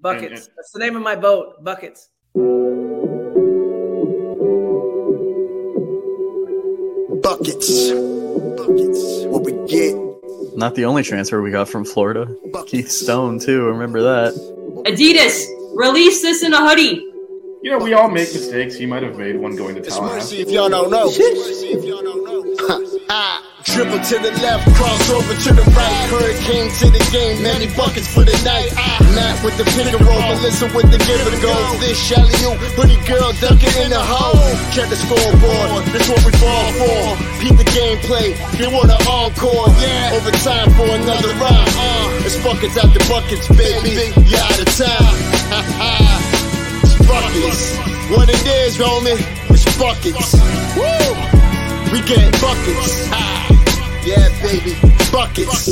Buckets. That's the name of my boat. Buckets. Buckets. Buckets. What we get. Not the only transfer we got from Florida. Keith Stone too. Remember that? Adidas, release this in a hoodie. You know, we all make mistakes. He might have made one going to It's Tallahassee. mercy if y'all don't know. Mercy if y'all don't know. Ah, Dribble to the left, cross over to the right. Hurricane to the game, many buckets for the night. Matt with the pick and roll, Melissa with the give and go. This Shelly, you pretty girl dunking in the hole. Check the scoreboard, this what we fall for. Peep the gameplay, they want an encore. Yeah, over time for another round. Uh, it's buckets out the buckets, baby. You out of town. Ha ha. It's buckets. What it is, Roman, it's buckets. Woo! We get buckets. Ah. Yeah, baby, buckets.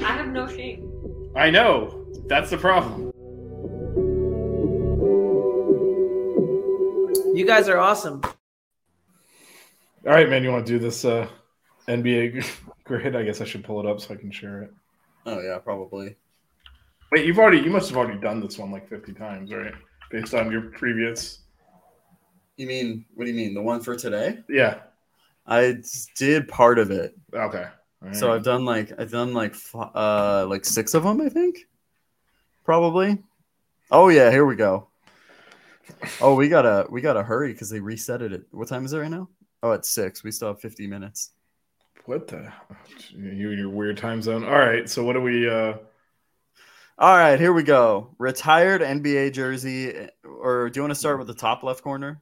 I have no shame. I know. That's the problem. You guys are awesome. All right, man. You want to do this uh, NBA grid? I guess I should pull it up so I can share it. Oh yeah, probably. Wait, you've already you must have already done this one like fifty times, right? Based on your previous. You mean what do you mean? The one for today? Yeah. I s- did part of it. Okay. All So I've done like I've done like f- uh like 6 of them, I think. Probably. Oh yeah, here we go. Oh, we got to we got to hurry cuz they reset it. At, what time is it right now? Oh, it's 6. We still have 50 minutes. What the? You and your weird time zone. All right. So what do we? uh All right, here we go. Retired NBA jersey or do you want to start with the top left corner?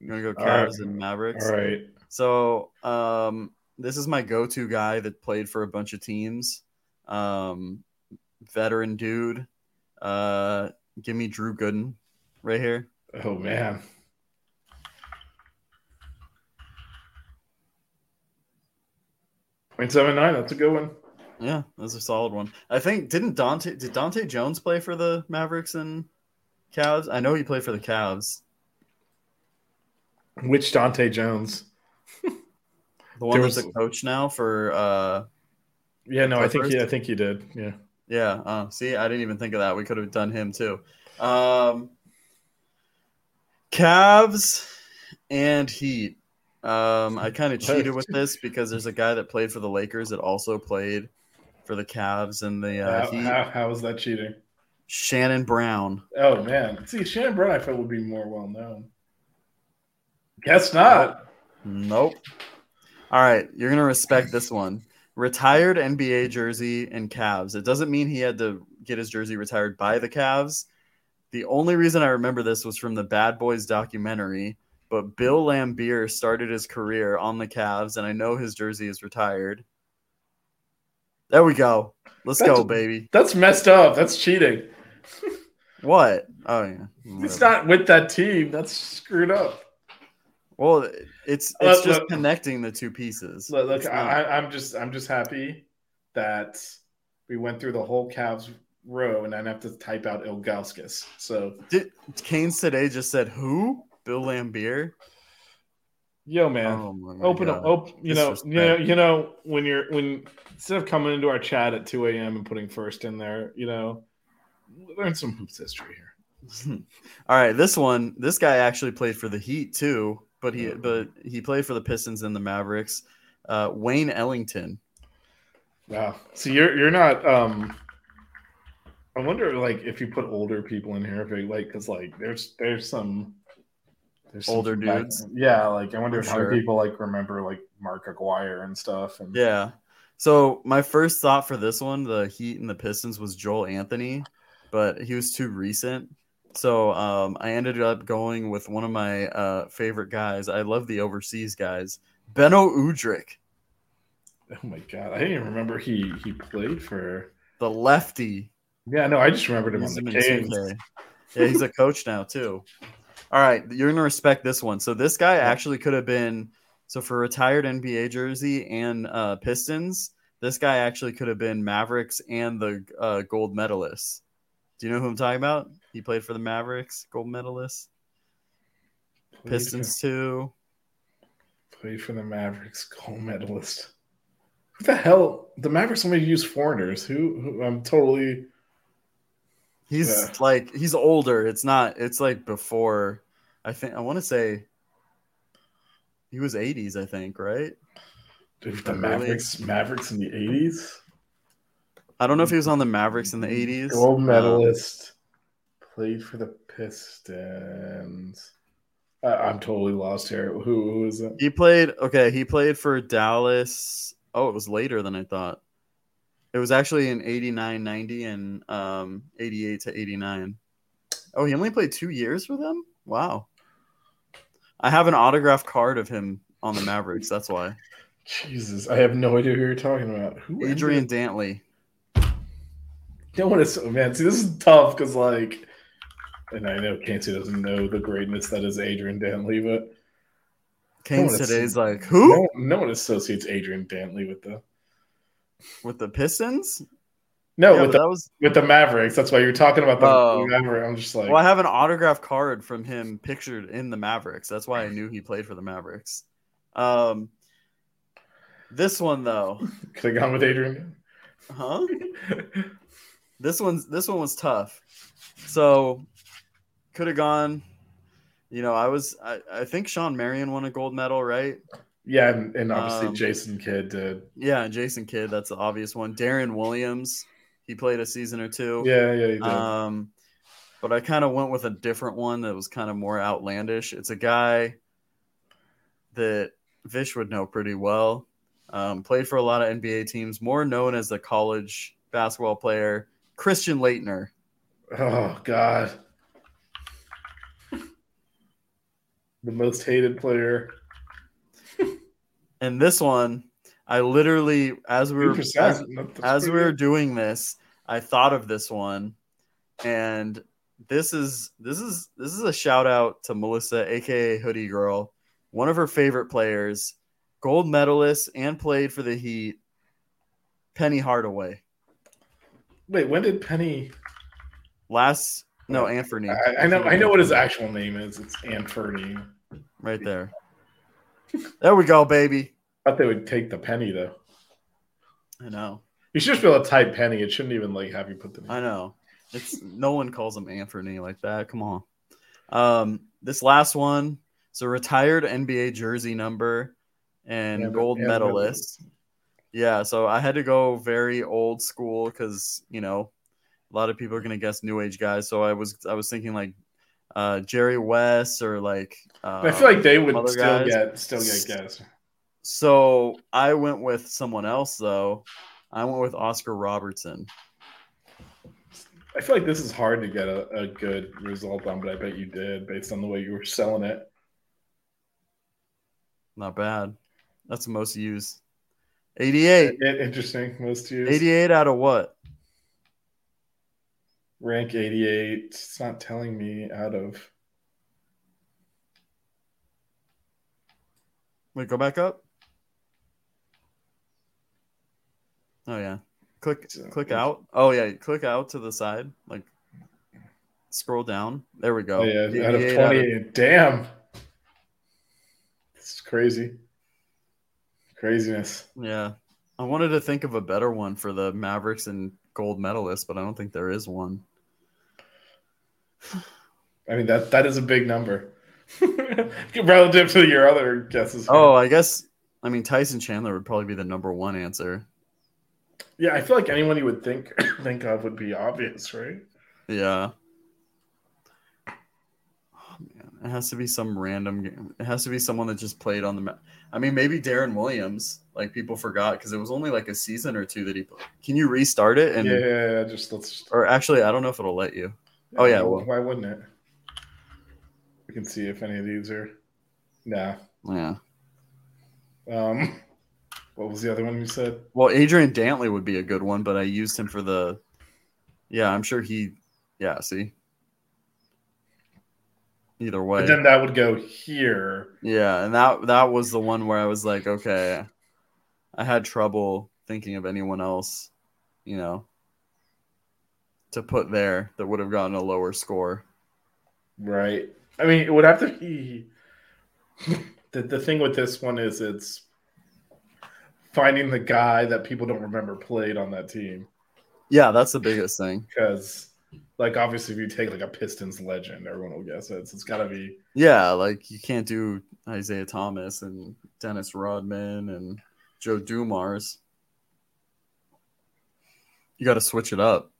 You want to go All right. Cavs and Mavericks? All right. So um, this is my go-to guy that played for a bunch of teams. Um, veteran dude. Uh, give me Drew Gooden right here. Oh man. Point seven nine. That's a good one. Yeah, that's a solid one. I think didn't Dante did Dante Jones play for the Mavericks and Cavs? I know he played for the Cavs. Which Dante Jones? The one There that's was- a coach now for uh Yeah, no, I think he, Clippers? I think he did. Yeah. yeah, uh, see, I didn't even think of that. We could have done him too. Um Cavs and Heat. Um, I kind of cheated with this because there's a guy that played for the Lakers that also played for the Cavs and the uh, how, Heat. how, how is that cheating? Shannon Brown. Oh man. See, Shannon Brown, I felt would be more well known. Guess not. Nope. All right, you're gonna respect this one. Retired NBA jersey and Cavs. It doesn't mean he had to get his jersey retired by the Cavs. The only reason I remember this was from the Bad Boys documentary. But Bill Lambier started his career on the Cavs, and I know his jersey is retired. There we go. Let's That's- go, baby. That's messed up. That's cheating. What? Oh yeah. It's Whatever. not with that team. That's screwed up. Well, it's it's Look, just look. connecting the two pieces. Look, look It's not- I, I- I'm just I'm just happy that we went through the whole Cavs row and I didn't have to type out Ilgauskas. So Did, Canes today just said who? Bill Lambier. Oh yo man. my open up God. open you know you know Disrespect. you know when you're when instead of coming into our chat at 2 a.m and putting first in there you know learn some hoops history here All right, this one, this guy actually played for the Heat too, but he but he played for the Pistons and the Mavericks. Uh, Wayne Ellington. wow so you're you're not um i wonder like if you put older people in here if it, like because like there's there's some there's some Older back- dudes? yeah like i wonder I'm if other sure. people like remember like mark aguirre and stuff and Yeah. So my first thought for this one, the Heat and the Pistons, was Joel Anthony, but he was too recent. So um, I ended up going with one of my uh, favorite guys. I love the overseas guys, Benno Udrich, oh my god i didn't even remember he he played for the lefty yeah no i just remembered him on He's the in Kings. Minnesota. Yeah, he's a coach now too. All right, you're gonna respect this one. So this guy actually could have been so for retired NBA jersey and uh, Pistons. This guy actually could have been Mavericks and the uh, gold medalist. Do you know who I'm talking about? He played for the Mavericks, gold medalist, Pistons too. Played for the Mavericks, gold medalist. Who the hell? The Mavericks only use foreigners. Who? who I'm totally. He's Yeah. like he's older. It's not. It's like before. I think I want to say he was 80s. I think right. Dude, the Really? Mavericks, Mavericks in the '80s, I don't know if he was on the Mavericks in the 80s. gold Um, Mm-hmm. medalist. Played for the Pistons. I, I'm totally lost here. Who, who is it? he played okay, he played for Dallas. Oh, it was later than I thought. It was actually in 89 90 and um 88 to 89. Oh, he only played 2 years for them? Wow. I have an autographed card of him on the Mavericks, that's why. Jesus, I have no idea who you're talking about. Who? Adrian Dantley. No one is. Man, see, this is tough because like, and I know Canty doesn't know the greatness that is Adrian Dantley, but Came that's- today's like, no, "Who?" one- no one associates Adrian Dantley with the With the Pistons? No, yeah, but with the that was with the Mavericks. That's why you're talking about the Oh. Mavericks. I'm just like, Well, I have an autograph card from him pictured in the Mavericks. That's why I knew he played for the Mavericks. Um, this one though, could have gone with Adrian. huh? this one's this one was tough. So could have gone. You know, I was. I, I think Sean Marion won a gold medal, right? Yeah, and, and obviously Um, Jason Kidd did. Yeah, and Jason Kidd. That's the obvious one. Darren Williams. He played a season or two. Yeah, yeah, he did. oh, Um, but I kind of went with a different one that was kind of more outlandish. It's a guy that Vish would know pretty well. Um, played for a lot of NBA teams, more known as the college basketball player Christian Leitner. oh God, the most hated player. And this one, I literally, as we were 2%. as, That's as we pretty were good. doing this, I thought of this one, and this is this is this is a shout out to Melissa, aka Hoodie Girl, one of her favorite players, gold medalist, and played for the Heat. Penny Hardaway, Wait, when did Penny? last no Anthony, I, I know, I know what his actual name is. It's Anferny. right there. There we go, baby. I thought they would take the Penny though. I know, You should just be able to type Penny. It shouldn't even like have you put the name. I know. It's no one calls him Anthony like that. Come on. Um, this last one, it's a retired NBA jersey number and Yeah, but- gold yeah, medalist. Yeah, so I had to go very old school because you know a lot of people are gonna guess new age guys. So I was I was thinking like uh, Jerry West or like uh, I feel like they would other still guys. get still get guessed. so I went with someone else though. I went with Oscar Robertson. I feel like this is hard to get a, a good result on, but I bet you did based on the way you were selling it. Not bad. That's the most used. 88. I- Interesting, most years. 88 out of what? rank 88. It's not telling me out of. Wait, go back up. Oh yeah. Click So- click out. Oh yeah, click out to the side. Like scroll down. There we go. Oh, yeah, out of 88 out of- 28. Damn. It's crazy. Craziness. yeah. I wanted to think of a better one for the Mavericks and gold medalists, but I don't think there is one. I mean that that is a big number relative to your other guesses. Oh, I guess I mean Tyson Chandler would probably be the number one answer. yeah, I feel like anyone you would think think of would be obvious, right? Yeah. Oh, man. It has to be some random game. It has to be someone that just played on the map. I mean, maybe Darren Williams. Like people forgot because it was only like a season or two that he played. Can you restart it? And yeah, yeah, yeah, just let's. or actually, I don't know if it'll let you. Oh, yeah, well- why wouldn't it? We can see if any of these are. Nah. Yeah. Um, what was the other one you said? Well, Adrian Dantley would be a good one, but I used him for the. Yeah, I'm sure he. Yeah, see. Either way. But then that would go here. Yeah, and that that was the one where I was like, okay, I had trouble thinking of anyone else, you know, to put there that would have gotten a lower score. Right. I mean, it would have to be. the, the thing with this one is it's finding the guy that people don't remember played on that team. Yeah, that's the biggest thing. Because, like, obviously, if you take like a Pistons legend, everyone will guess it. So it's got to be. Yeah, like you can't do Isaiah Thomas and Dennis Rodman and Joe Dumars. You got to switch it up.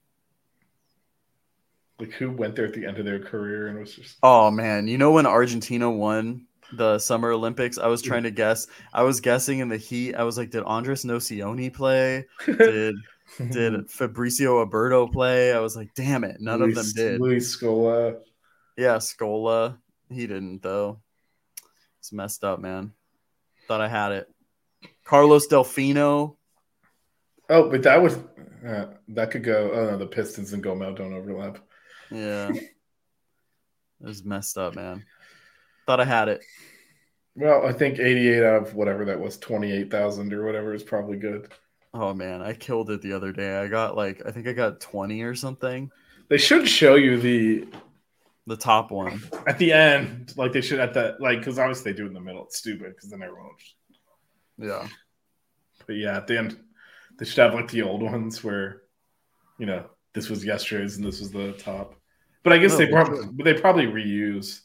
Like, who went there at the end of their career and was just. Oh man, you know when Argentina won the Summer Olympics? I was trying to guess. I was guessing in the heat. I was like, did Andres Nocioni play? Did did Fabricio Alberto play? I was like, damn it, none of them Luis- did. Luis Scola. Yeah, Scola, he didn't though. It's messed up, man. Thought I had it. Carlos Delfino. Oh, but that was uh, that could go. Oh no, the Pistons and Gomel don't overlap. Yeah. it was messed up, man. Thought I had it. Well, I think 88 out of whatever that was, 28,000 or whatever is probably good. Oh man, I killed it the other day. I got like I think I got 20 or something. They should show you the The top one. at the end, like they should at the like because obviously they do it in the middle. It's stupid because then everyone. Will just, Yeah. but yeah, at the end, they should have like the old ones where, you know, this was yesterday's and this was the top. But I No, guess they they probably but they probably reuse.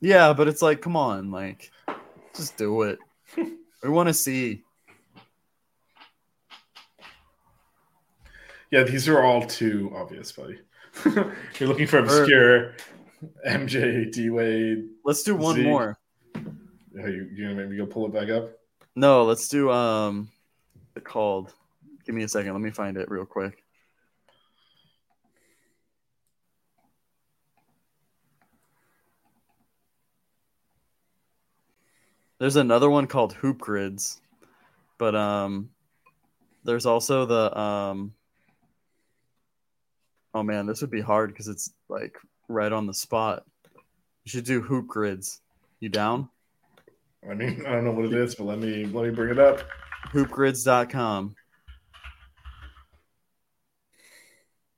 Yeah, but it's like, come on, like, just do it. we want to see. Yeah, these are all too obvious, buddy. You're looking for obscure MJ D Wade. Let's do one Zeke. more. Oh, you you gonna make me go pull it back up? No, let's do um it called. Give me a second. Let me find it real quick. There's another one called Hoop Grids, but um there's also the um Oh man, this would be hard cuz it's like right on the spot. You should do Hoop Grids. You down? I mean, I don't know what it is, but let me let me bring it up. Hoopgrids.com.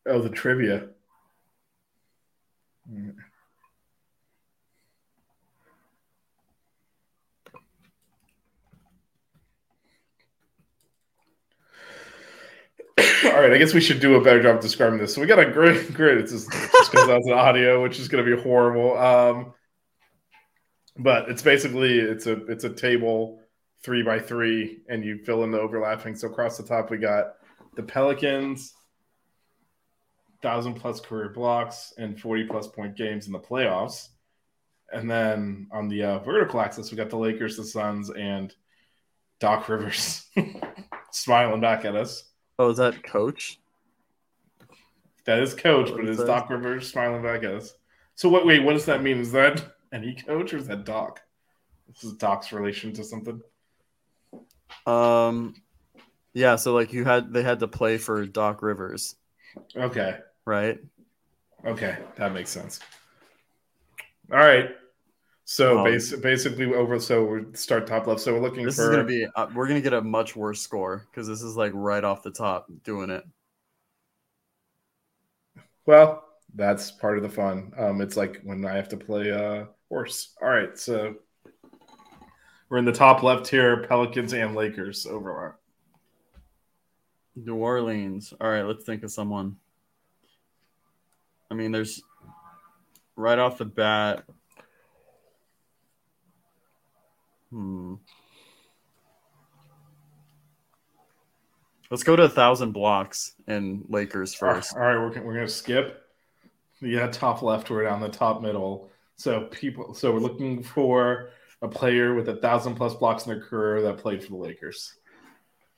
Oh, the trivia. Mm. All right, I guess we should do a better job of describing this. So we got a great grid. It's just because that's an audio, which is going to be horrible. Um, but it's basically it's a it's a table three by three, and you fill in the overlapping. So across the top, we got the Pelicans, thousand plus career blocks and 40 plus point games in the playoffs. And then on the uh, vertical axis, we got the Lakers, the Suns, and Doc Rivers smiling back at us. Oh, is that coach? That is coach, What but is that? it's Doc Rivers smiling back at us. So what? Wait, what does that mean? Is that any coach or is that Doc? This is Doc's relation to something. Um, yeah. So like you had they had to play for Doc Rivers. Okay, right? Okay, that makes sense. All right. So Um, bas- basically, over. So we start top left. So we're looking This for. is gonna be uh, we're gonna get a much worse score because this is like right off the top doing it. Well, that's part of the fun. Um, it's like when I have to play uh, horse. All right, so we're in the top left here. Pelicans and Lakers overlap. New Orleans. All right, let's think of someone. I mean, there's right off the bat. Hmm. Let's go to a thousand blocks and Lakers first. All right, we're gonna- we're gonna skip. Yeah, top left. We're down the top middle. So people. So we're looking for a player with a thousand plus blocks in their career that played for the Lakers.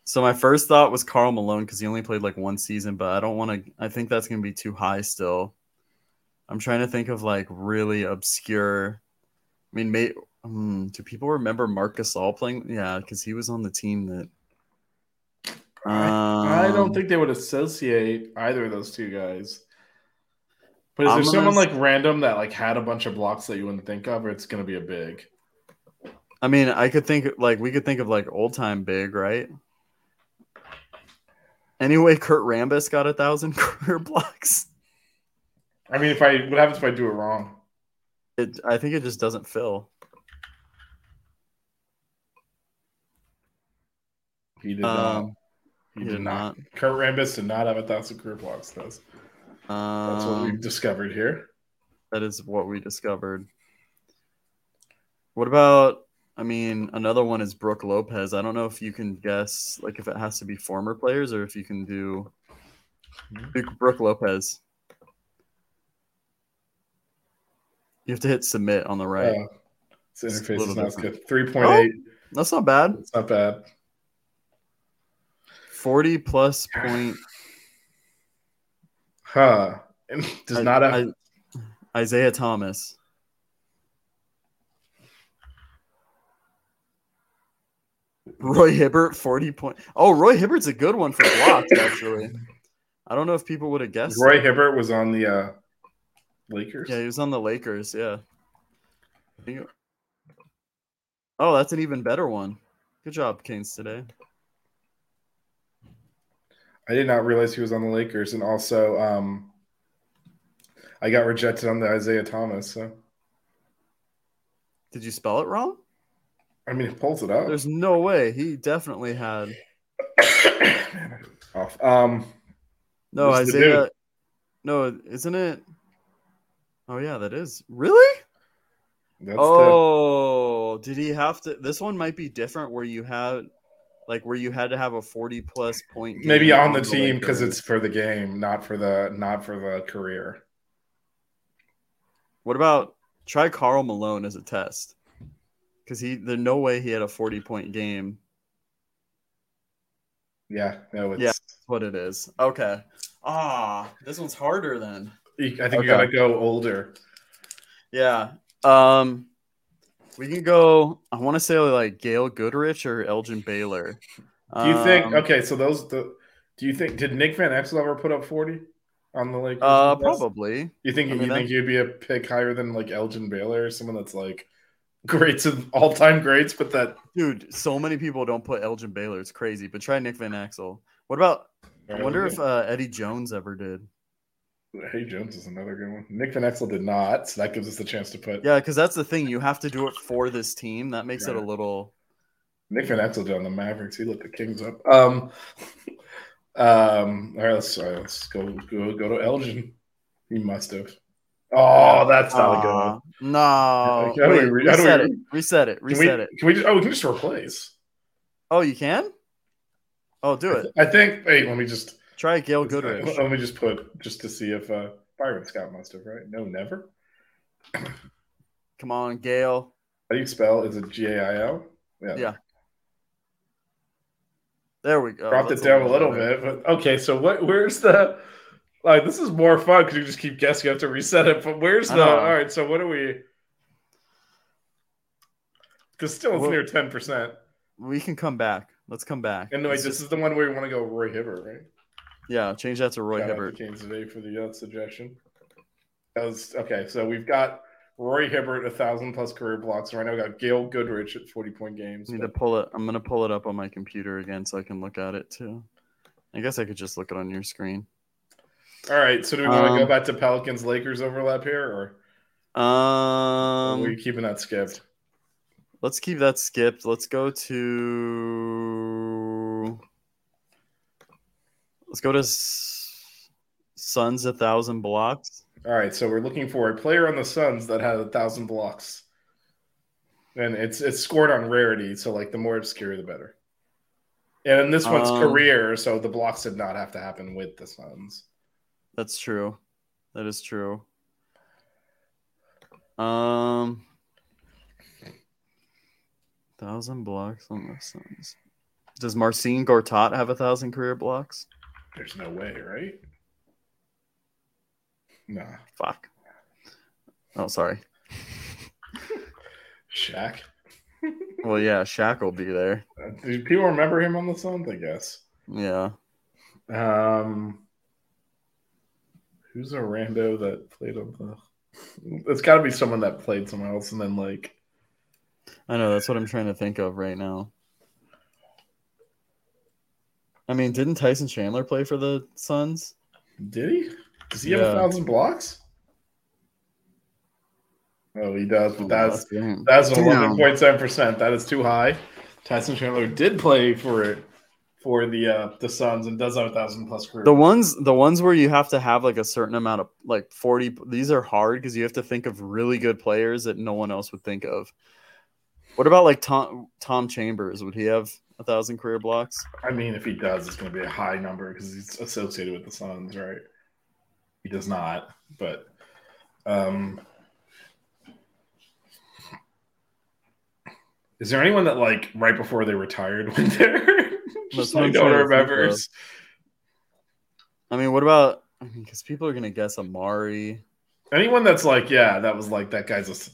So my first thought was Carl Malone because he only played like one season, but I don't want to. I think that's going to be too high still. I'm trying to think of like really obscure. I mean, may, hmm, do people remember Marcus All playing? Yeah, because he was on the team that. I don't Um, think they would associate either of those two guys. But is I'm there someone gonna- like random that like had a bunch of blocks that you wouldn't think of, or it's gonna be a big? I mean, I could think like we could think of like old time big, right? Anyway, Kurt Rambis got a thousand career blocks. I mean, if I what happens if I do it wrong? It, I think it just doesn't fill. He did not. Um, He, he did, did not. Kurt Rambis did not have a thousand career blocks. That's that's what um, we've discovered here. That is what we discovered. What about? I mean, another one is Brooke Lopez. I don't know if you can guess, like, if it has to be former players or if you can do Duke Brooke Lopez. You have to hit submit on the right. Uh, this It's a interface is little not as different. good. Three point eight. That's not bad. It's not bad. Forty plus point. Huh? And does I- not have. I- Isaiah Thomas. Roy Hibbert, 40 point. Oh, Roy Hibbert's a good one for blocks, actually. I don't know if people would have guessed. Roy that. Hibbert was on the uh, Lakers. Yeah, he was on the Lakers. Yeah. I think it- Oh, that's an even better one. Good job, Kings, today. I did not realize he was on the Lakers, and also um, I got rejected on the Isaiah Thomas. So Did you spell it wrong? I mean, it pulls it up. There's no way. He definitely had. Off. Um, No, Who's the Isaiah. dude? No, isn't it? Oh, yeah, that is. Really? that's oh, did he have to? This one might be different, where you had, like, where you had to have a forty-plus point. the, maybe game on the team because Lakers. it's for the game, not for the not for the career. What about try Carl Malone as a test? Because he, there's no way he had a forty-point game. Yeah, no, it's. Yeah. That's what it is. Okay. Ah, this one's harder then. I think Okay. you gotta go older. Yeah. Um, we can go. I want to say like Gail Goodrich or Elgin Baylor. Do you think? Um, Okay, so those the. Do you think did Nick Van Exel ever put up forty on the Lakers? Uh, That's- probably. You think I mean, you that- think you'd be a pick higher than like Elgin Baylor or someone that's like greats of all time greats, but that Dude, so many people don't put Elgin Baylor. It's crazy. But try Nick Van Axel. What about? I wonder if uh, Eddie Jones ever did. Hey Jones is another good one. Nick Van Exel did not, so that gives us the chance to put Yeah, because that's the thing. You have to do it for this team. That makes it a Right. little. Nick Van Exel did on the Mavericks. He lit the Kings up. Um, um. All right, let's all right, let's go go go to Elgin. He must have. Oh, that's not a good one. uh, No. Okay, how do we Wait, re- how do we reset it. re- Reset it. Can we, Reset it. can we just? Oh, we can just replace. Oh, you can. Oh, do it. I think. Wait, let me just. Try Gail Goodrich. Let me just put just to see if uh, Byron Scott must have right. No, never. Come on, Gail. How do you spell? Is it G A I L? Yeah. There we go. dropped Oh, That's it down a little better. bit. But okay, so what? Where's the? Like this is more fun because you just keep guessing. You have to reset it. But where's I the? know. All right, so what are we? Because still it's Well- near ten percent. We can come back. Let's come back. And wait, Let's this is the one where you want to go Roy Hibbert, right? Yeah, change that to Roy Shout out Hibbert. to Kane today for the uh, suggestion. That was okay. So we've got Roy Hibbert a thousand plus career blocks. And right now we got Gail Goodrich at forty point games. I need to But pull it. I'm gonna pull it up on my computer again so I can look at it too. I guess I could just look it on your screen. all right, so do we want to Um, go back to Pelicans Lakers overlap here, or are Um, we keeping that skipped? let's keep that skipped. Let's go to. Let's go to S- Suns a thousand blocks. All right, so we're looking for a player on the Suns that had a thousand blocks, and it's it's scored on rarity. So like the more obscure, the better. And in this one's Um, career, so the blocks did not have to happen with the Suns. That's true. That is true. Um, thousand blocks on the Suns. Does Marcin Gortat have a thousand career blocks? There's no way, right? Nah, Fuck. Oh, sorry. Shaq. Well, yeah, Shaq will be there. Uh, Do people remember him on the Suns? I guess. Yeah. Um, who's a rando that played on the? It's got to be someone that played somewhere else, and then like I know. That's what I'm trying to think of right now. I mean, didn't Tyson Chandler play for the Suns? Did he? Does he have Yeah. a thousand blocks? Oh, he does, but that's Damn. that's Damn. eleven point seven percent. That is too high. Tyson Chandler did play for it for the uh, the Suns and does have a thousand plus career. the ones the ones where you have to have like a certain amount of like 40 these are hard because you have to think of really good players that no one else would think of what about like tom tom chambers would he have a thousand career blocks I mean, if he does, it's going to be a high number because he's associated with the Suns, right? He does not, but um, is there anyone that like right before they retired went there? That's Just what like I'm no saying, one it's like remembers. i mean what about i mean because people are gonna guess amari Anyone that's like, yeah, that was like that guy's a s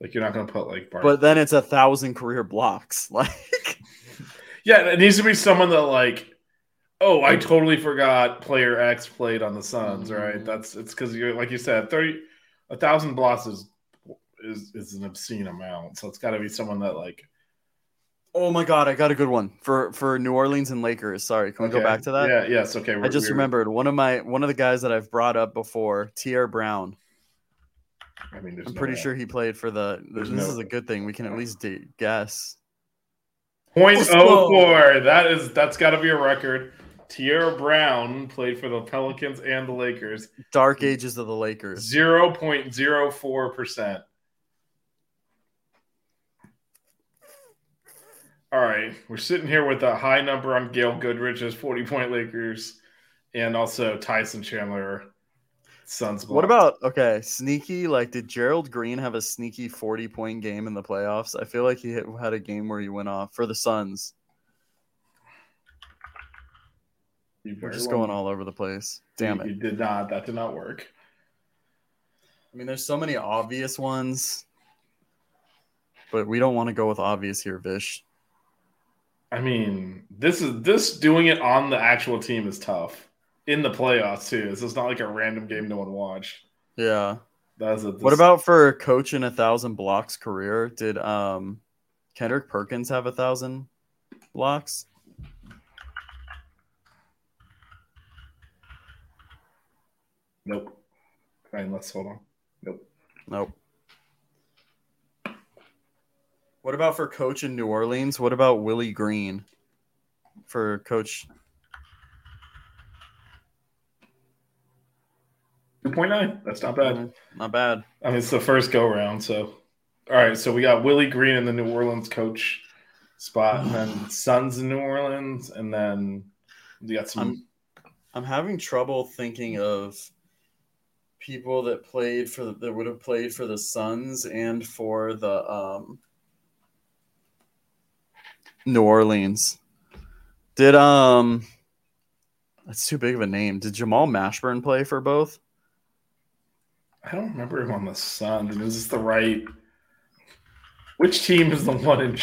like you're not going to put like Bar- but then it's a thousand career blocks like yeah, it needs to be someone that like. Oh, I totally forgot player X played on the Suns, right? Mhm. That's it's because you're like you said, thirty a thousand blocks is is is an obscene amount. So it's got to be someone that like. oh my god i got a good one for for new orleans and lakers sorry can we go okay, back to that Yeah. Yes. Okay. I just remembered one of my one of the guys that I've brought up before, T.R. Brown. I mean, there's I'm no pretty way. sure he played for the. There's this no- is a good thing. We can at least de- guess. Point Let's go. oh four. That is that's got to be a record. Tierra Brown played for the Pelicans and the Lakers. Dark Ages of the Lakers. Zero point zero four percent. All right, we're sitting here with a high number on Gail Goodrich as forty point Lakers, and also Tyson Chandler, Suns. What block. about okay, sneaky? Like, did Gerald Green have a sneaky 40 point game in the playoffs? I feel like he hit- had a game where he went off for the Suns. You We're very just well- going all over the place. Damn You it! did not. That did not work. I mean, there's so many obvious ones, but we don't want to go with obvious here, Vish. I mean, this is this doing it on the actual team is tough in the playoffs too. This is not like a random game no one watched. Yeah. That's a, What about for coach in a thousand blocks career? Did um Kendrick Perkins have a thousand blocks? Nope. All right, let's hold on. Nope. Nope. What about for coach in New Orleans? What about Willie Green for coach? Two point nine. That's not bad. Not bad. I mean, it's the first go round. So, all right. So we got Willie Green in the New Orleans coach spot, and then Suns in New Orleans, and then we got some. I'm- I'm having trouble thinking of people that played for the, that would have played for the Suns and for the um, New Orleans. Did um that's too big of a name. Did Jamal Mashburn play for both? I don't remember him on the Suns. Is this the right? Which team is the one in?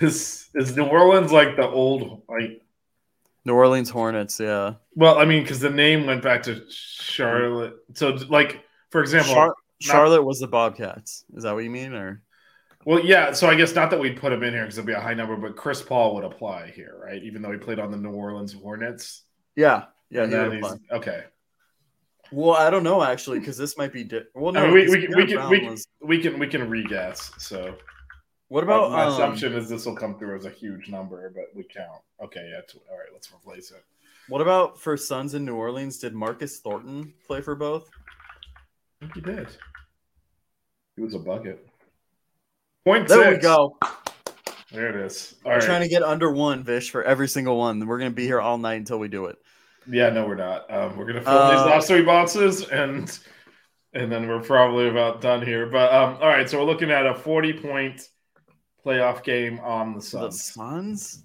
Is is New Orleans like the old like? New Orleans Hornets, yeah. Well, I mean, because the name went back to Charlotte. So, like, for example, Char- Charlotte was the Bobcats. Is that what you mean? Or well, yeah. So I guess not that we'd put him in here because it'd be a high number, but Chris Paul would apply here, right? Even though he played on the New Orleans Hornets. yeah, yeah. And he would then he's- apply. okay. Well, I don't know actually because this might be. Di- well, no, I mean, we, 'cause we, can- we, Derrick can, Brown we, can, was- we can we can re-guess. So What about my um, assumption is this will come through as a huge number, but we count. Okay, yeah. T- all right, let's replace it. What about for Suns in New Orleans? Did Marcus Thornton play for both? I think he did. He was a bucket. Point There we six. go. There it is. All We're right. trying to get under one, Vish, for every single one. We're gonna be here all night until we do it. Yeah, no, we're not. Um, we're gonna fill Uh, these last three boxes, and and then we're probably about done here. But um, all right, so we're looking at a forty-point playoff game on the The Suns. Suns.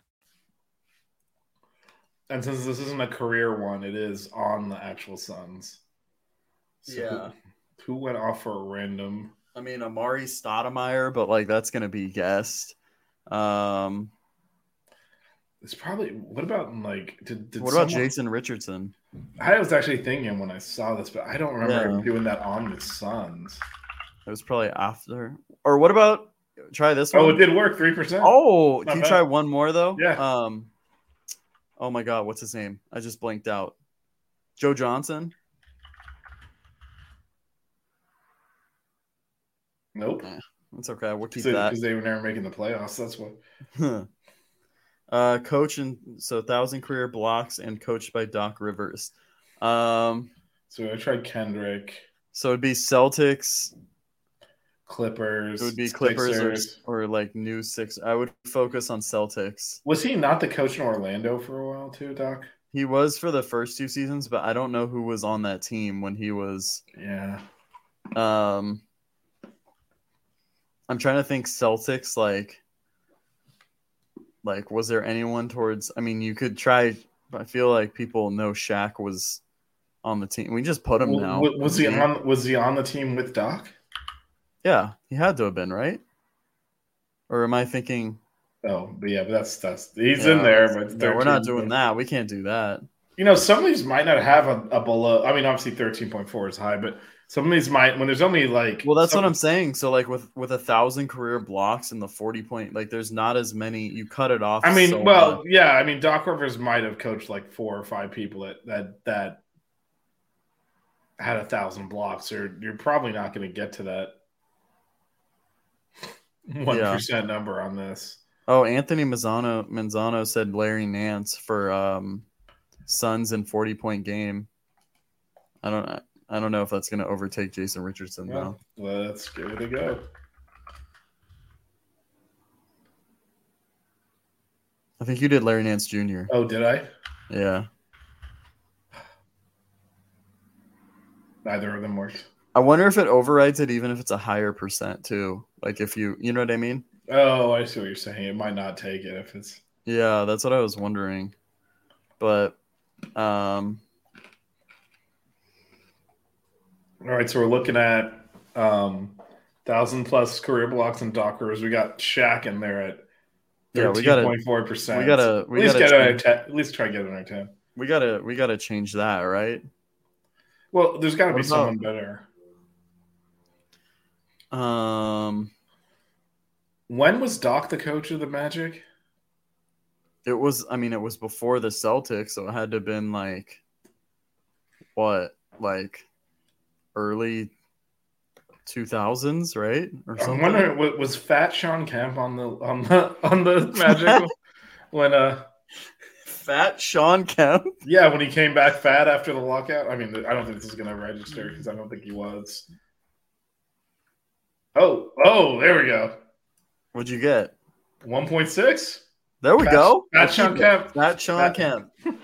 And since this isn't a career one, it is on the actual Suns. who- Yeah. Who, went off for a random? I mean, Amari Stoudemire, but like that's gonna be guessed. Um, It's probably. What about like? Did, did what about someone- Jason Richardson? I was actually thinking when I saw this, but I don't remember Yeah. him doing that on the Suns. It was probably after. Or what about try this one? Oh, it did work. Three percent. Oh, Not can you bad. try one more though? Yeah. Um. Oh my God, what's his name? I just blanked out. Joe Johnson. Nope. That's okay. We'll keep that. Because they were never making the playoffs. That's what. Huh. uh, coach and so thousand career blocks and coached by Doc Rivers. Um. So I tried Kendrick, So it'd be Celtics. Clippers. It would be Clippers Sixers. or, or like new six. I would focus on Celtics. Was he not the coach in Orlando for a while too, Doc? He was for the first two seasons, but I don't know who was on that team when he was. Yeah. Um, I'm trying to think Celtics like like was there anyone towards I mean you could try I feel like people know Shaq was on the team. We just put him W- now. w- was he on? Was he on the team with Doc? Yeah, he had to have been, right? Or am I thinking Oh, but yeah, but that's that's he's Yeah, in there, but No, we're not 13 doing that. We can't do that. You know, some of these might not have a, a below. I mean, obviously, thirteen point four is high, but some of these might when there's only like. Well, that's some- what I'm saying. So like with with a thousand career blocks and the 40 point like there's not as many you cut it off I mean, so well, much. yeah, I mean, Doc Rivers might have coached like four or five people that that that had a thousand blocks, or you're probably not going to get to that one number on this. Oh, Anthony Manzano Manzano said Larry Nance for um, Suns in forty point game. I don't I don't know if that's gonna overtake Jason Richardson though. Well, let's give it a go. I think you did Larry Nance Jr. Oh, did I? Yeah, Neither of them worked. I wonder if it overrides it even if it's a higher percent too. Like if you you know what I mean? Oh, I see what you're saying. It might not take it if it's. Yeah, that's what I was wondering. But um All right, so we're looking at um thousand plus career blocks and dockers. We got Shaq in there at Yeah, we gotta- 13.4%. we gotta- we at least gotta get it change- at, at least try to get it at 10. we gotta we gotta change that, right? Well, there's got to be What about- someone better. Um When was Doc the coach of the Magic? it was I mean it was before the Celtics, so it had to have been like what? Like early two thousands, right? Or I'm something. wondering wa- was Fat Sean Kemp on the on the on the Magic when uh Fat Sean Kemp? yeah when he came back fat after the lockout. I mean I don't think this is gonna register because I don't think he was. Oh oh there we go What'd you get? one point six. There we Fat- go. Fat Sean Kemp. Fat Sean Fat- Kemp.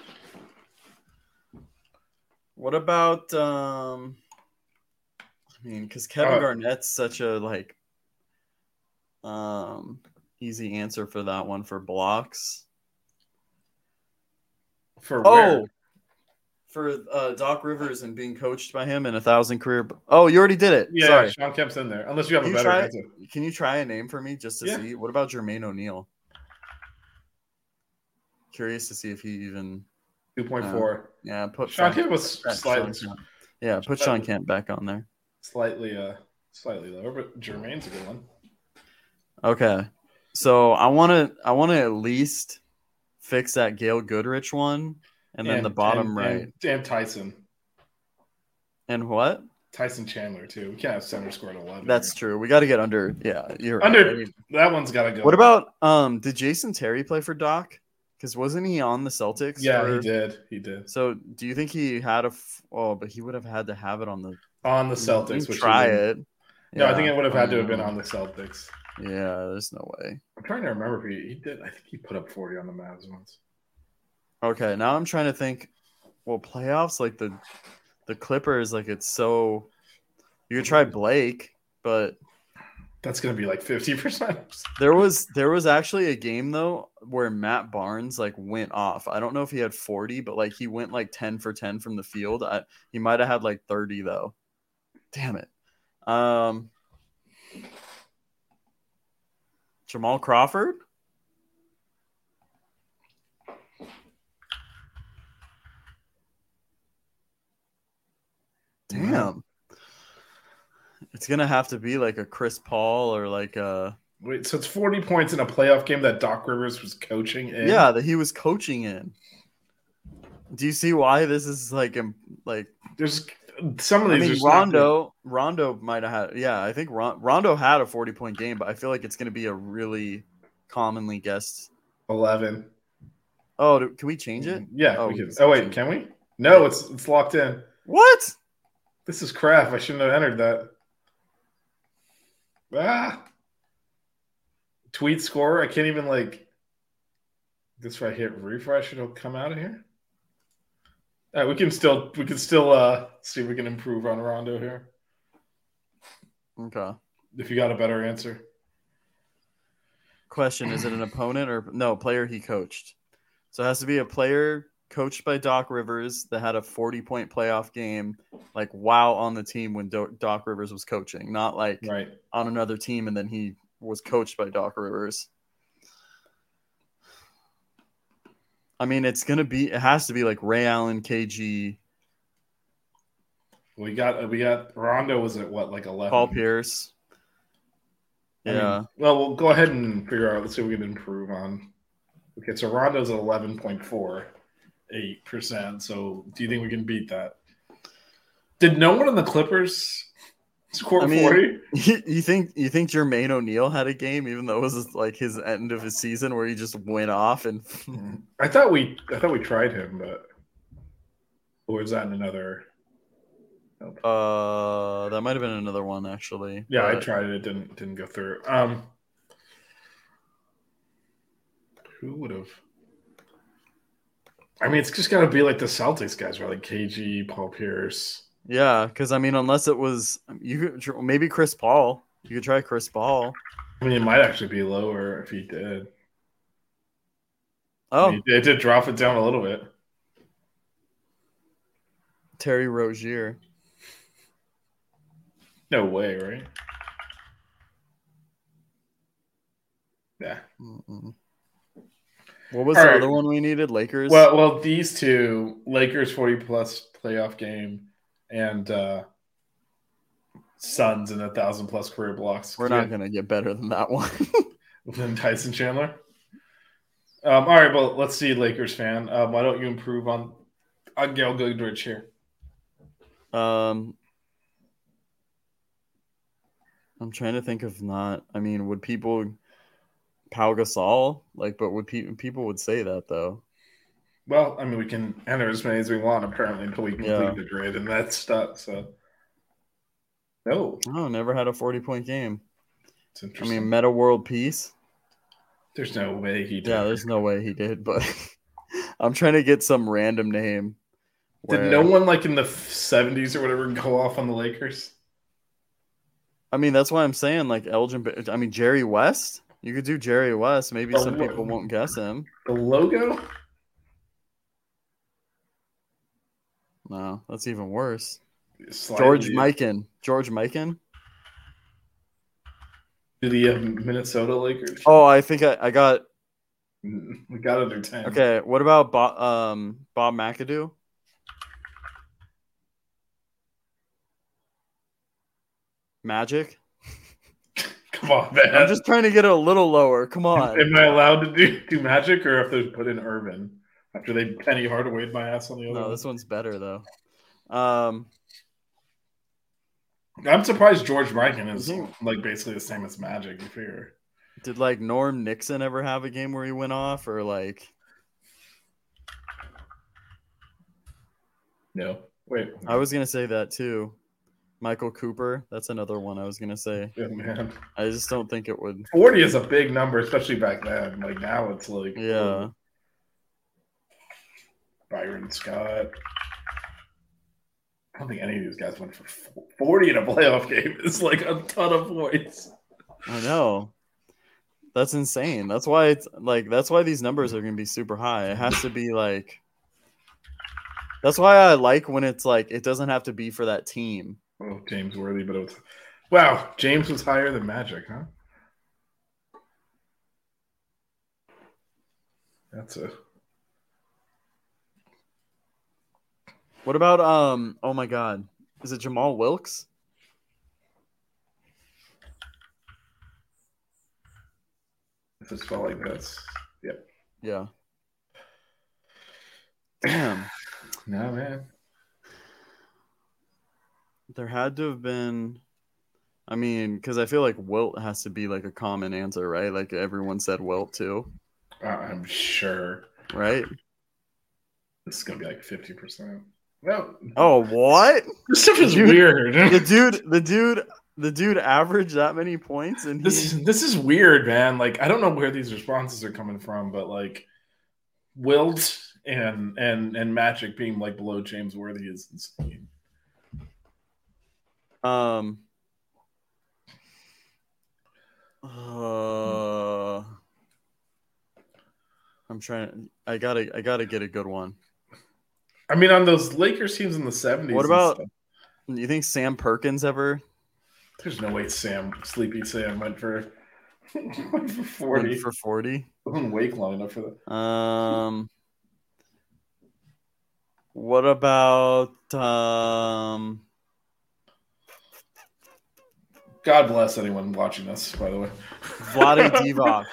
what about um I mean, because Kevin Uh, Garnett's such a like um easy answer for that one for blocks. For where? Oh, for uh, Doc Rivers and being coached by him in a thousand career. Oh, you already did it. yeah, Sorry. Sean Kemp's in there. Unless you have Can a you better try- answer. Can you try a name for me just to Yeah. see? What about Jermaine O'Neal? Curious to see if he even Two point Uh, four. yeah put Sean Sean- Kemp was Sean slightly Kemp. yeah put Sean Kemp back on there. slightly uh slightly lower, but Jermaine's a good one. Okay, so I want to I want to at least fix that Gail Goodrich one, and then the bottom and- right and, and Tyson. and what? Tyson Chandler too. We can't have center score at eleven. That's true. We got to get under. Yeah, you're right. under I mean, that one's got to go. What about um? Did Jason Terry play for Doc? Because wasn't he on the Celtics? Yeah, for- he did. He did So do you think he had a? F- oh, but he would have had to have it on the. on the he Celtics. didn't Which try he didn't. it. No, I think it would have had to have been Yeah. Um, on the Celtics. Yeah, there's no way. I'm trying to remember if he, he did. I think he put up 40 on the Mavs once. Okay, now I'm trying to think. Well, playoffs like the, the Clippers like it's so. You could try Blake, but That's gonna be like 50 percent. There was there was actually a game though where Matt Barnes like went off. I don't know if he had 40, but like he went like 10 for 10 from the field. I, he might have had like 30 though. Damn it. Um Jamal Crawford? Damn. It's going to have to be like a Chris Paul or like a Wait, so it's 40 points in a playoff game that Doc Rivers was coaching in. Yeah, that he was coaching in. Do you see why this is like im- like there's some of I these. mean are not Rondo Rondo might have had yeah, I think Ron, Rondo had a 40 point game, but I feel like it's going to be a really commonly guessed. good. 11. Oh, do, can we change it? Yeah. Oh, we can- we can oh wait, change can we? No, it's it's locked in. What? This is crap. I shouldn't have entered that. Ah. Tweet score. I can't even like this if I hit refresh, it'll come out of here. All right, we can still we can still uh see if we can improve on Rondo here. Okay. If you got a better answer. Question, is it an opponent or no, player he coached. So it has to be a player coached by Doc Rivers that had a 40 point playoff game like wow on the team when Do- Doc Rivers was coaching, not like Right. on another team and then he was coached by Doc Rivers. I mean, it's going to be, it has to be like Ray Allen, KG, We got we got Rondo was at what like eleven. Paul Pierce. I Yeah. mean, well, we'll go ahead and figure out. Let's see what we can improve on. Okay, so Rondo's at eleven point four eight percent. So, do you think we can beat that? Did no one on the Clippers score I mean- forty? you think, you think Jermaine O'Neal had a game, even though it was like his end of his season where he just went off and I thought we I thought we tried him, but or is that in another? uh, that might have been another one actually. Yeah, I But tried it. It didn't didn't go through. Um, who would have? I mean, it's just got to be like the Celtics guys, right? Like KG, Paul Pierce. Yeah. Cause I mean, unless it was you, could- maybe Chris Paul, you could try Chris Paul. I mean, it might actually be lower if he did. Oh. It did- it did drop it down a little bit. Terry Rozier. No way, right? Yeah. What was All the right. other one we needed? Lakers. Well, well, these two Lakers forty plus playoff game and uh Suns in a thousand plus career blocks. We're not gonna get better than that one. than Tyson Chandler. Um, all right, well, let's see, Lakers fan. Um, why don't you improve on on Gail Goodrich here? Um, I'm trying to think of not. I mean, would people Pau Gasol like? But would pe- people would say that though? Well, I mean, we can enter as many as we want apparently until we complete Yeah. the grid, and that's stuck. So, no, Oh, never had a 40 point game. it's I interesting. mean, meta world peace. there's no way he did. Yeah, there's no way he did. But I'm trying to get some random name. where- Did no one like in the seventies or whatever go off on the Lakers? I mean, that's why I'm saying like Elgin. Ba- I mean, Jerry West. You could do Jerry West. Maybe Oh, some what- people won't guess him. The logo? No, that's even worse. Slightly. George Mikan. George Mikan. Do the uh, Minnesota Lakers? Oh, I think I, I got Mm, We got under ten. Okay, what about Bob, um, Bob McAdoo? Magic? come on, man. I'm just trying to get it a little lower. Come on. Am I allowed to do, do magic, or if they put in Urban after they Penny Hardaway my ass on the other? No, one? this one's better though. Um, I'm surprised George Mikan is Mhm. like basically the same as Magic. You figure did like Norm Nixon ever have a game where he went off or like no. Wait, I was gonna say that too. Michael Cooper, that's another one I was gonna say. yeah, man, I just don't think it would. forty is a big number, especially back then. Like now, it's like Yeah. Byron Scott. I don't think any of these guys went for fo- forty in a playoff game. It's like a ton of points. I know. That's insane. That's why it's like that's why these numbers are going to be super high. It has to be like That's why I like when it's like it doesn't have to be for that team. Oh, James Worthy, but it was wow. James was higher than Magic, huh? That's a What about um oh my god. Is it Jamal Wilkes? if it's spelled like this. Yep. Yeah. Damn. No man. There had to have been I mean, cuz I feel like Wilt has to be like a common answer, right? Like everyone said Wilt too, Uh, I'm sure right? this is gonna be like fifty percent. No, Oh, what? this stuff is Dude. weird. the dude the dude the dude averaged that many points and this he, is this is weird, man. Like I don't know where these responses are coming from, but like Wilt and and and Magic being like below James Worthy is insane. um uh, i'm trying i gotta i gotta get a good one I mean, on those Lakers teams in the seventies. What about- you think sam perkins ever There's no way Sam Sleepy Sam went for went for went forty. for 40 Wasn't Wake long enough for that? um what about um God bless anyone watching this. By the way, Vlade Divac?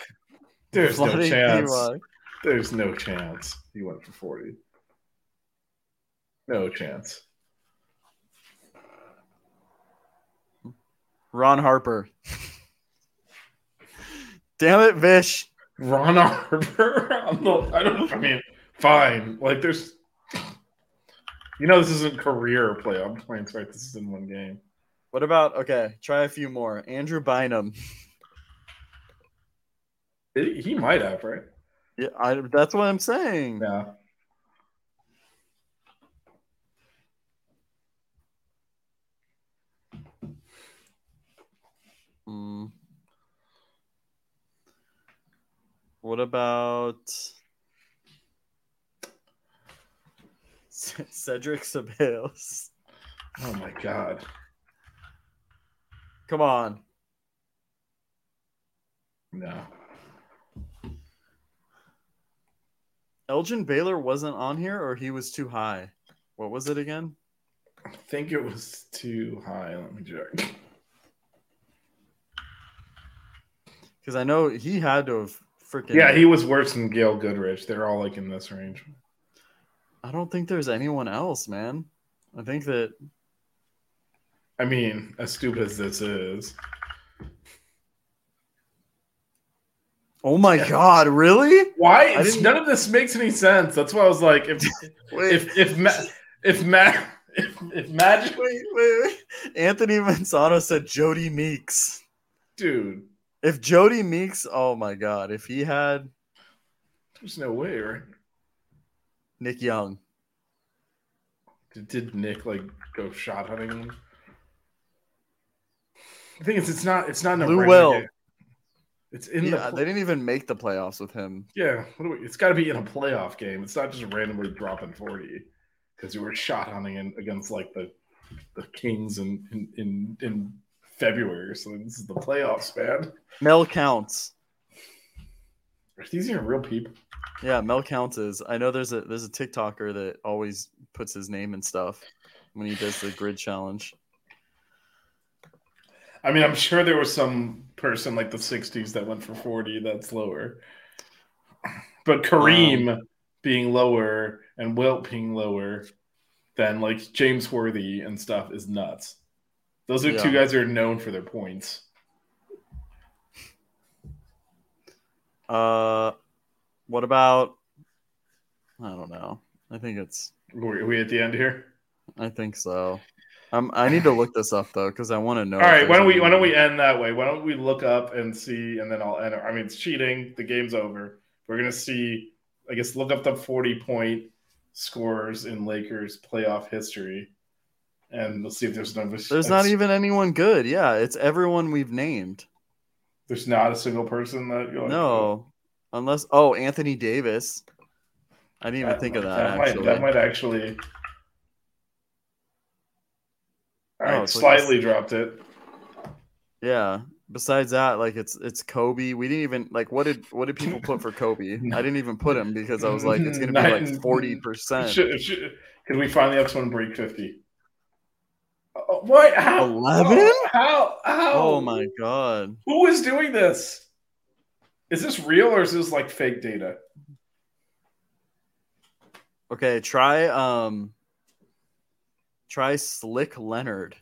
there's no Vlade chance. Divac. There's no chance he went for 40. No chance. Ron Harper. Damn it, Vish. Ron Harper? I'm not, I don't I mean, fine. Like, there's. You know, this isn't career playoff points, right? This is in one game. What about okay? Try a few more. Andrew Bynum. He- he might have, right? Yeah, I, that's what I'm saying. Yeah. Mm. What about Cedric Sabales. Oh my god. Come on. No. Elgin Baylor wasn't on here or he was too high. What was it again? I think it was too high. Let me check. Because I know he had to have freaking. Yeah, he was worse than Gail Goodrich. They're all like in this range. I don't think there's anyone else, man. I think that I mean, as stupid as this is. Oh my god, really? Why? I didn't- None of this makes any sense. That's why I was like, if if if ma- if ma- if, if magic, Wait, wait, wait. Anthony Manzano said Jody Meeks. dude, If Jody Meeks, oh my god, if he had there's no way, right? Nick Young, Did, did Nick like go shot hunting him? The thing is, it's not it's not in a Lou renegade. Will. It's in yeah, the pl- uh, they didn't even make the playoffs with him. yeah. What do we, it's got to be in a playoff game. It's not just randomly dropping forty because you were shot hunting in, against like the the Kings in in in, in February. So this is the playoffs, man. Mel counts. Are these even real people? Yeah, Mel counts is. I know there's a there's a TikToker that always puts his name and stuff when he does the grid challenge. I mean, I'm sure there was some person like the 60s that went for 40 that's lower. But Kareem being lower and Wilt being lower than like James Worthy and stuff is nuts. Those are two Yeah. guys who are known for their points. Uh, what about? I don't know. I think it's. Are we at the end here? I think so. Um, I need to look this up though because I want to know. All right, why don't we why don't we end that way? Why don't we look up and see, and then I'll enter. I mean, it's cheating. The game's over. We're gonna see. I guess look up the forty point scores in Lakers playoff history, and we'll see if there's no. There's not even anyone good. Yeah, it's everyone we've named. There's not a single person that. You're like, No, unless oh Anthony Davis. I didn't even That- think of that. that actually, Might, that might actually. All right, Oh, it's like a- slightly dropped it. yeah. Besides that, like it's it's Kobe. We didn't even like what did what did people put for Kobe? I didn't even put him because I was like it's gonna be Nine- like forty percent, Should, should, could we finally have someone break 50? Oh, what? How? 11? Oh, How? How? Oh my god! Who is doing this? Is this real or is this like fake data? Okay, try um try Slick Leonard.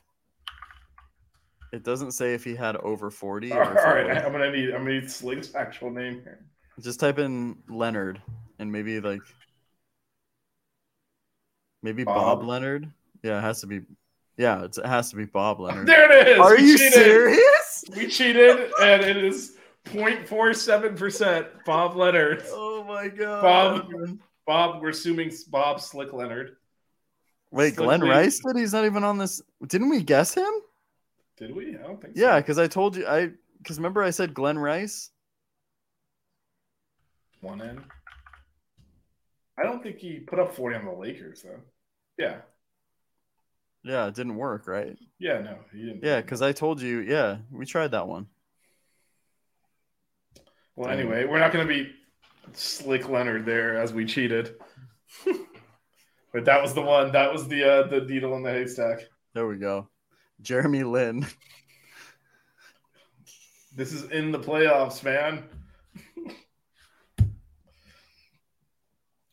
It doesn't say if he had over 40 All or if it right, was- I'm gonna need I'm gonna need Slick's actual name here. Just type in Leonard and maybe like maybe Bob, Bob. Leonard. Yeah, it has to be yeah, it's, it has to be Bob Leonard. There it is. Are We you cheated. serious? We cheated, and it is 0.47 percent. Bob Leonard. Oh my god. Bob. Bob, we're assuming it's Bob Slick Leonard. Wait, Slick Glenn Leonard. Rice did he's not even on this. Didn't we guess him? Did we? I don't think. Yeah, so. because I told you I because remember I said Glenn Rice? one in. I don't think he put up 40 on the Lakers though. Yeah. Yeah, it didn't work, right? Yeah, no, he didn't. Yeah, because I told you, yeah, we tried that one. Well, anyway, we're not going to be slick Leonard there as we cheated. but that was the one. That was the uh, the needle in the haystack. There we go. Jeremy Lin. This is in the playoffs, man.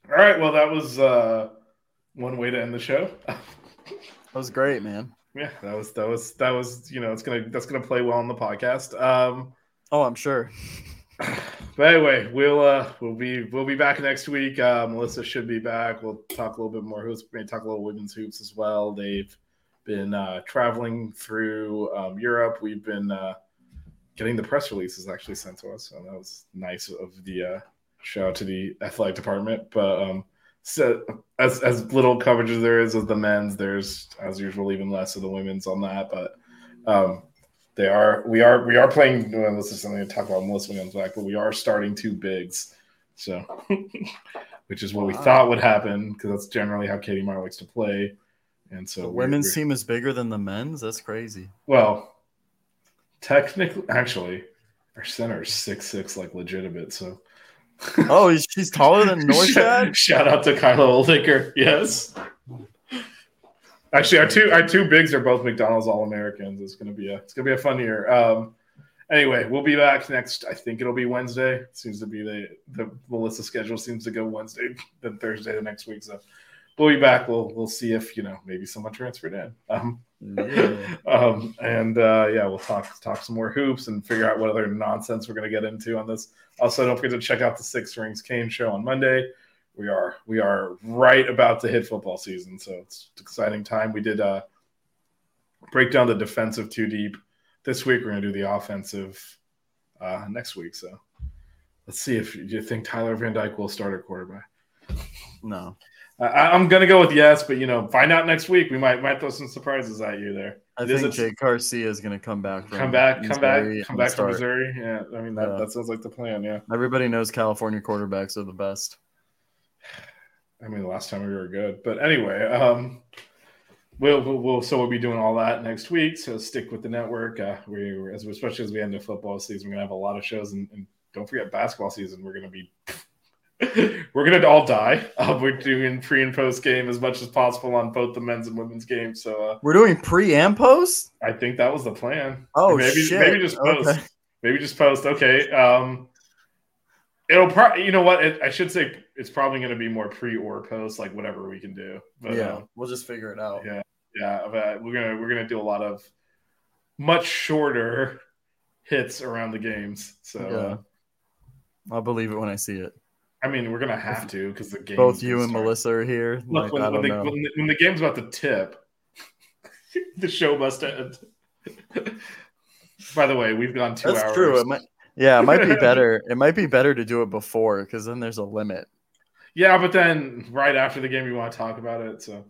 All right. Well, that was uh, one way to end the show. That was great, man. yeah, that was that was that was you know it's gonna that's gonna play well on the podcast. Um, Oh, I'm sure. But anyway, we'll uh we'll be we'll be back next week. Uh, Melissa should be back. We'll talk a little bit more hoops. Maybe talk a little women's hoops as well. They've been uh, traveling through um, Europe. We've been uh, getting the press releases actually sent to us, and that was nice of the uh, shout out to the athletic department. But um, so as as little coverage as there is of the men's, there's as usual even less of the women's on that. But um, they are we are we are playing well, this is something to talk about Melissa when he comes back, but we are starting two bigs. So which is what we Wow. thought would happen because that's generally how Katie Meyer likes to play. And so The we're- women's we're- team is bigger than the men's. That's crazy. Well, technically, actually, our center is six six, like legitimate. So, oh, she's taller than Norshad? Shout out to Kylo Olicker. Yes. Actually, our two our two bigs are both McDonald's All Americans. It's gonna be a it's gonna be a fun year. Um, anyway, we'll be back next. I think it'll be Wednesday. Seems to be the the Melissa schedule seems to go Wednesday then Thursday the next week. So we'll be back. We'll we'll see if you know maybe someone transferred in. Um, um, and uh, yeah, we'll talk talk some more hoops and figure out what other nonsense we're gonna get into on this. Also, don't forget to check out the Six Rings Kane show on Monday. We are we are right about to hit football season, so it's an exciting time. We did uh, break down the defensive two deep this week. We're gonna do the offensive uh, next week. So let's see if you think Tyler Van Dyke will start at quarterback. No. I- I, I'm gonna go with yes, but you know, find out next week. We might might throw some surprises at you there. I It is think a- Jake Garcia is going to come back. From come back, come back, Missouri come and back to start. Missouri. Yeah, I mean that, Yeah. that sounds like the plan. Yeah, Everybody knows California quarterbacks are the best. I mean last time we were good, but anyway, um, we'll, we'll, we'll so we'll be doing all that next week. So stick with the network. Uh, we we're- as especially as we end the football season, we're gonna have a lot of shows, and, and don't forget basketball season. We're gonna be we're gonna all die. Uh, we're doing pre and post game as much as possible on both the men's and women's games. So uh, We're doing pre and post. I think that was the plan. Oh, maybe shit. maybe just post. Okay. Maybe just post. Okay. Um, it'll probably you know what it, I should say it's probably going to be more pre or post like whatever we can do. But yeah, um, we'll just figure it out. yeah, yeah. But we're gonna we're gonna do a lot of much shorter hits around the games. So uh, Yeah. I'll believe it when I see it. I mean, we're gonna have to because the game. Both you and Melissa are here. Look, Like, when, I when, don't the, know. when, the, when the game's about to tip, the show must end. By the way, we've gone two That's hours. true. It might, yeah, it might be better. It might be better to do it before because then there's a limit. Yeah, but then right after the game, you want to talk about it. So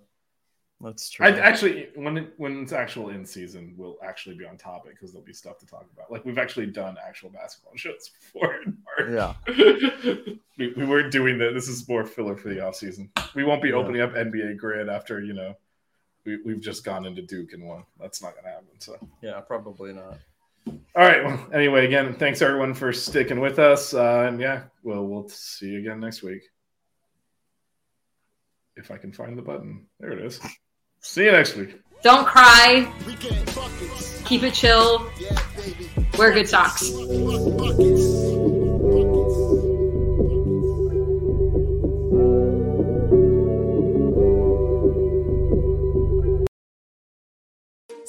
That's true. I actually, when it, when it's actual in season, we'll actually be on topic because there'll be stuff to talk about. Like we've actually done actual basketball shows before. in March. yeah, we, we weren't doing that. This is more filler for the off season. We won't be Yeah. opening up NBA grid after you know we, we've just gone into Duke and won. That's not gonna happen. So. yeah, probably not. All right. Well, anyway, again, thanks everyone for sticking with us. Uh, and yeah, well, we'll see you again next week. If I can find the button, there it is. See you next week. Don't cry. Keep it chill. Wear good socks.